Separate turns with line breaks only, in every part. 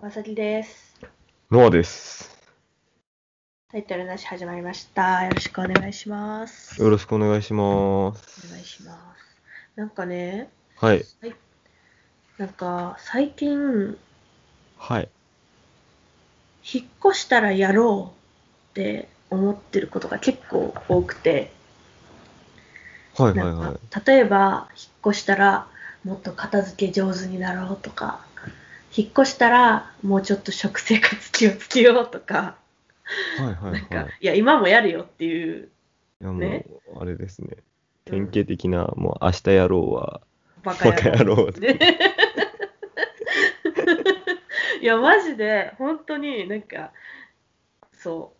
まさきです。
ノアです。
タイトルなし始まりました。よろしくお願いします。
よろしくお願いします。
お願いします。なんかね、
はい。
なんか最近、
はい。
引っ越したらやろうって思ってることが結構多くて、
はいはい
な
は
んか例えば、引っ越したらもっと片付け上手になろうとか、引っ越したらもうちょっと食生活気をつけようとか、
い。はいはいは
ないん。か、いや、今もやるよっていう、
いやも
ね
う、あれですね。
うん
典型的な、もう明日やろうは、
バカ
バカ
野郎
野。 郎で。
ね いやマジで本当になんかそ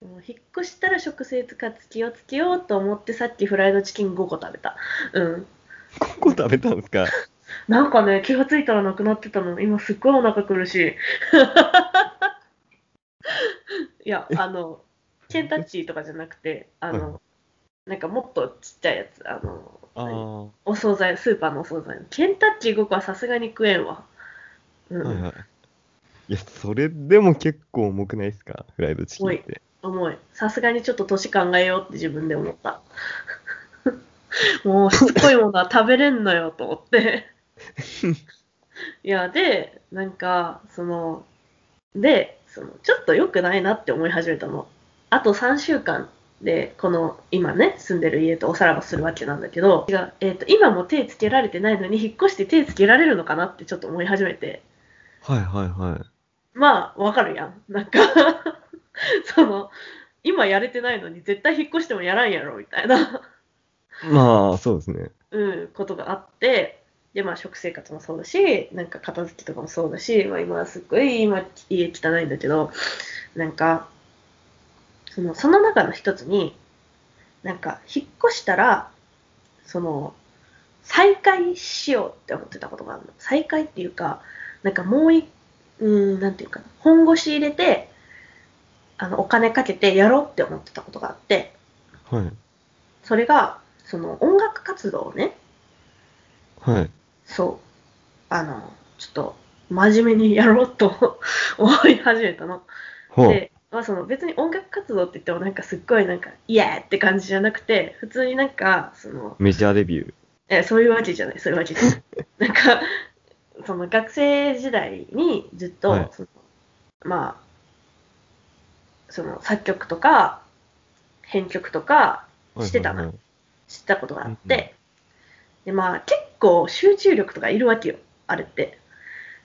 うもう引っ越したら食生活気をつけようと思ってさっきフライドチキン5個食べたうん
ここ食べたんですか
なんかね気がついたらなくなってたの今すっごいお腹苦しい いやあのケンタッチーとかじゃなくてあの、
は
なんかもっとちっちゃいやつあの
ああ。は
お惣菜スーパーのお惣菜ケンタッチー5個はさすがに食えんわう
い
ん、
はい。いや、それでも結構重くないですかフライドチキンって。
重いさすがにちょっと年考えようって自分で思った もうしつこいものは食べれんのよと思っていやでなんかそのでそのちょっと良くないなって思い始めたのあと3週間でこの今ね住んでる家とおさらばするわけなんだけど違う、えー、と今も手つけられてないのに引っ越して手つけられるのかなってちょっと思い始めて
はいはいはい。
まあ、わかるやん。なんか、 その、今やれてないのに絶対引っ越してもやらんやろ、みたいな、
まあ、そうですね。
うん、ことがあって、で、まあ、食生活もそうだし、なんか片付けとかもそうだし、まあ、今はすっごい、今、家汚いんだけど、なんか、その、その中の一つに、なんか、引っ越したら、その、再開しようって思ってたことがあるの。再開っていうか、なんかもうい、うん、なんていうかな、本腰入れて、あの、お金かけてやろうって思ってたことがあって、
はい。
それが、その音楽活動をね、
はい。
そう。あの、ちょっと、真面目にやろうと 思い始めたの。
ほう。
で、まあ、その別に音楽活動って言ってもなんかすっごいなんか、イエーって感じじゃなくて、普通になんか、その、
メジャーデビュー。
えそういうわけじゃない、そういうわけじゃ ない。なんか、その学生時代にずっと、
はい
そのまあ、その作曲とか、編曲とか、してたな
はいはい
知ったことがあっ
うんうん
て、でまあ結構集中力とかいるわけよあれって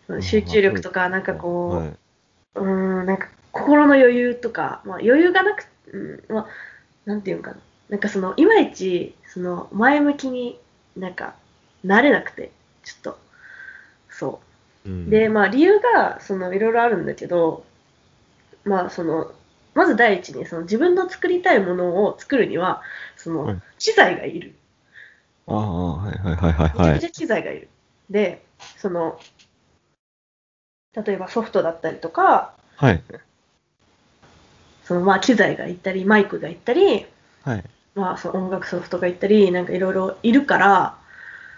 その集中力とかなんか
は
こ、
い。はいう
うーんなんか心の余裕とか、まあ、余裕がなくうんまあなんていうんかななんかそのいまいちその前向きになんかなれなくてちょっとそう
うん
で、まあ、理由がそのいろいろあるんだけど、まあ、そのまず第一にその自分の作りたいものを作るにはそ
は
の
い
機材がいる、
ああ、はいはいはいはい
めちゃ
は
く
い
ちゃ。機材がいる、でその例えばソフトだったりとか
はい。
そのまあ機材がいったりマイクがいったり、
はい。
まあ、その音楽ソフトがいったりなんかいろいろいるから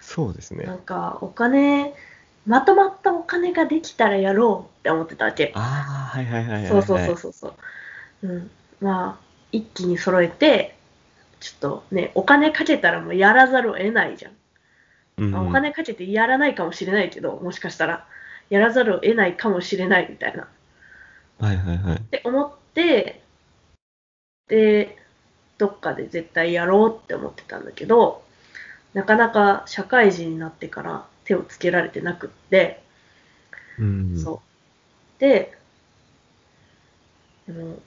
そうですね
な。んかお金まとまったお金ができたらやろうって思ってたわけ。
ああ、はいはいはいはい、はい。
そうそうそうそうそう。うん。まあ、一気に揃えて、ちょっとね、お金かけたらもうやらざるを得ないじゃん。
うんうん。
あお金かけてやらないかもしれないけど、もしかしたら、やらざるを得ないかもしれないみたいな。っ
はいはいはい。
て思って、で、どっかで絶対やろうって思ってたんだけど、なかなか社会人になってから手をつけられてなくって、
うん。
そう。で、でも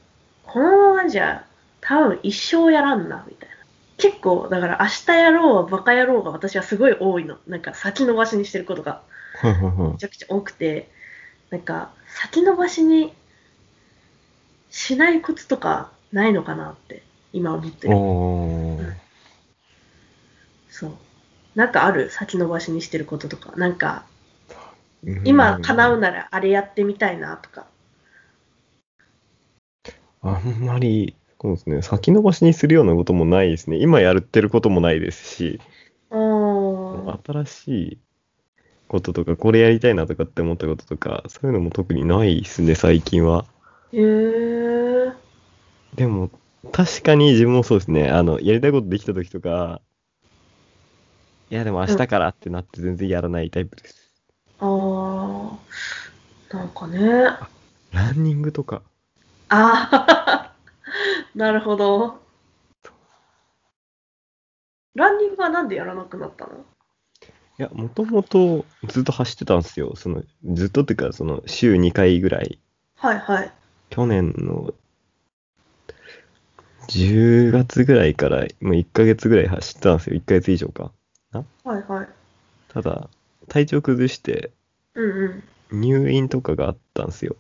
このままじゃ多分一生やらんな、みたいな。結構、だから明日やろうはバカやろうが私はすごい多いの。なんか先延ばしにしてることが
はいはいは
めちゃくちゃ多くて、なんか先延ばしにしないコツとかないのかなって今思って
い。
る。
おー
そう。なんかある先延ばしにしてることとか。なんか今叶う
な。
ならあれやってみたいなとか。
あんまり、そうですね。先延ばしにするようなこともないですね。今やってることもないですし、
うーん。
新しいこととか、これやりたいなとかって思ったこととか、そういうのも特にないですね、最近は。
へえ。
でも、確かに自分もそうですね、あの、やりたいことできた時とか、いや、でも明日からってなって全然やらないタイプです。
ああ。なんかね。
ランニングとか、
あー なるほど。ランニングはなんでやらなくなったの
いや、もともとずっと走ってたんですよ。その、ずっとっていうか、その、週2回ぐらい。
はいはい。
去年の10月ぐらいから、もう1ヶ月ぐらい走ってたんですよ。1ヶ月以上か。
はいはい。
ただ、体調崩して
うんうん。
入院とかがあったんですよ。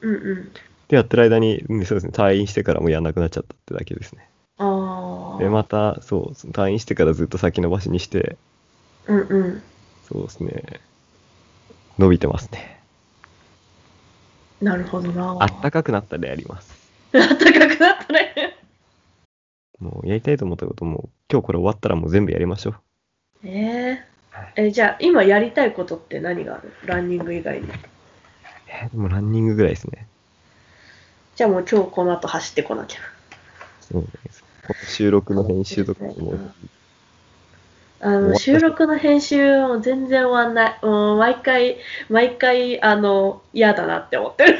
うんうん。
で、やってる間に、うんそうですね、退院してからもうやんなくなっちゃったってだけですね。
ああ。
で、また、そう、その退院してからずっと先延ばしにして、
うんうん。
そうですね、伸びてますね。
なるほどな。
あったかくなったであります。
あったかくなったね。
もうやりたいと思ったことも、今日これ終わったらもう全部やりましょう。
えー、え、じゃあ今やりたいことって何があるランニング以外に。
えーでもランニングぐらいですね。
じゃあもう今日この後走ってこなきゃ。
そうです。この収録の編集とかも、
あの収録の編集も全然終わんない。もう毎回、毎回、あの、嫌だなって思ってる。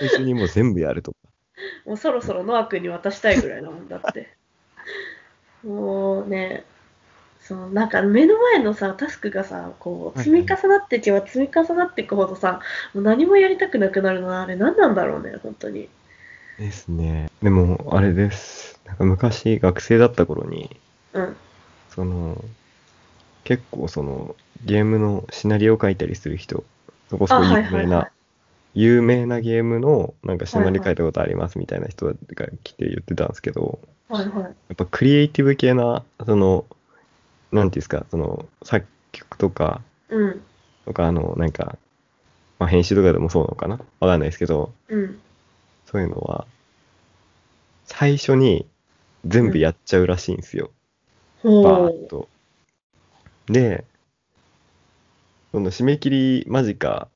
一緒にもう全部やるとか。
もうそろそろノア君に渡したいぐらいなもんだって。 もうね、そのなんか目の前のさ、タスクがさ、こう、
はい
積み重なっていけば積み重なっていくほどさ、もう何もやりたくなくなるのはあれ何なんだろうね、本当に。
ですね。でも、あれです。なんか昔、学生だった頃に、
うん。
その、結構その、ゲームのシナリオを書いたりする人、そこそこ有名な、
あはいはいはい
有名なゲームの、なんかシナリオ書いたことありますみたいな人が来て言ってたんですけど、
はいはい。
やっぱクリエイティブ系な、その、なんていうんですか、その、作曲とか、
うん。
とか、あの、なんか、まあ、編集とかでもそうなのかなわかんないですけど、
うん。
そういうのは、最初に全部やっちゃうらしいんですよ。
ほ
バーッ
う。
と。で、その締め切り間近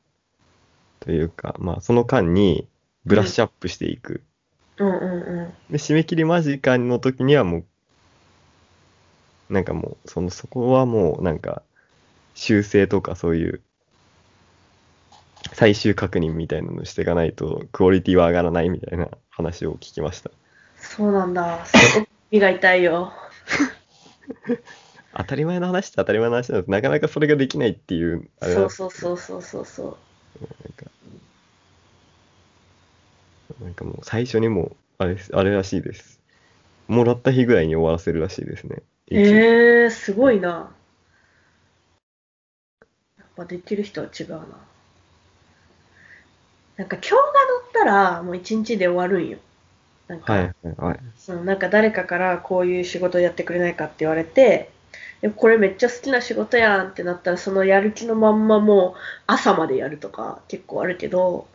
というか、まあ、その間にブラッシュアップしていく。
うんうん
で、締め切り間近の時にはもう、なんかもう、その、そこはもう、なんか、修正とかそういう、最終確認みたいなのしていかないと、クオリティは上がらないみたいな話を聞きました。
うん。そうなんだ。すごく耳が痛いよ。
当たり前の話って当たり前の話なんです。なかなかそれができないっていう、あれなん
そう
です
そうそうそうそうそう。
なんか、なんかもう最初にもう、あれです、あれらしいです。もらった日ぐらいに終わらせるらしいですね。
えー、すごいな。やっぱできる人は違うな。なんか今日が乗ったらもう一日で終わるんよ。なんか、
はい、はい、はい。
そのなんか誰かからこういう仕事やってくれないかって言われて、でこれめっちゃ好きな仕事やんってなったらそのやる気のまんまもう朝までやるとか結構あるけど、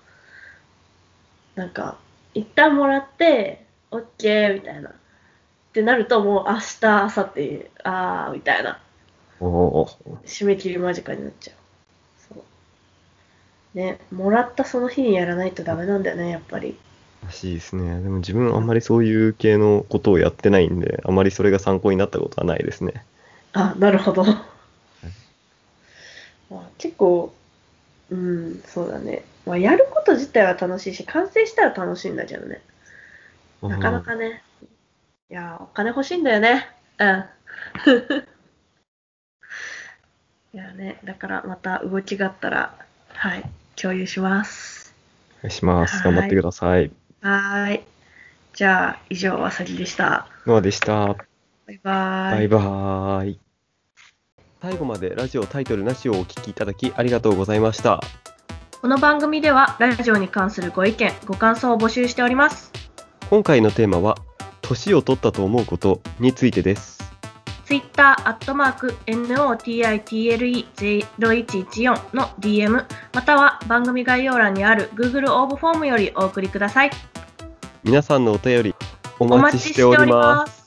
なんか一旦もらって、オッケーみたいな。ってなるともう明日、明後日、あーみたいな。
おお
締め切り間近になっちゃう。そう。ね、もらったその日にやらないとダメなんだよね、やっぱり。
らしいですね。でも自分あんまりそういう系のことをやってないんで、あまりそれが参考になったことはないですね。
あ、なるほど。まあ、結構、うん、そうだね。まあ、やること自体は楽しいし、完成したら楽しいんだけどね。なかなかね。いやー、お金欲しいんだよね。うん。 いやね、だからまた動きがあったら、はい、共有します。
お願いします。頑張ってください。
はーい。じゃあ、以上、あさぎでした。
ノアでした。
バイバーイ。
バイバーイ。最後までラジオタイトルなしをお聞きいただきありがとうございました。
この番組では、ラジオに関するご意見、ご感想を募集しております。
今回のテーマは、年を取ったと思うことについてです。
ツイッターアットマーク NOTITLE0114 の DM または番組概要欄にある Google 応募フォームよりお送りください。
皆さんのお便りお
お
待
待
ち
ちし
しててお
お
り
り
ます。
ます。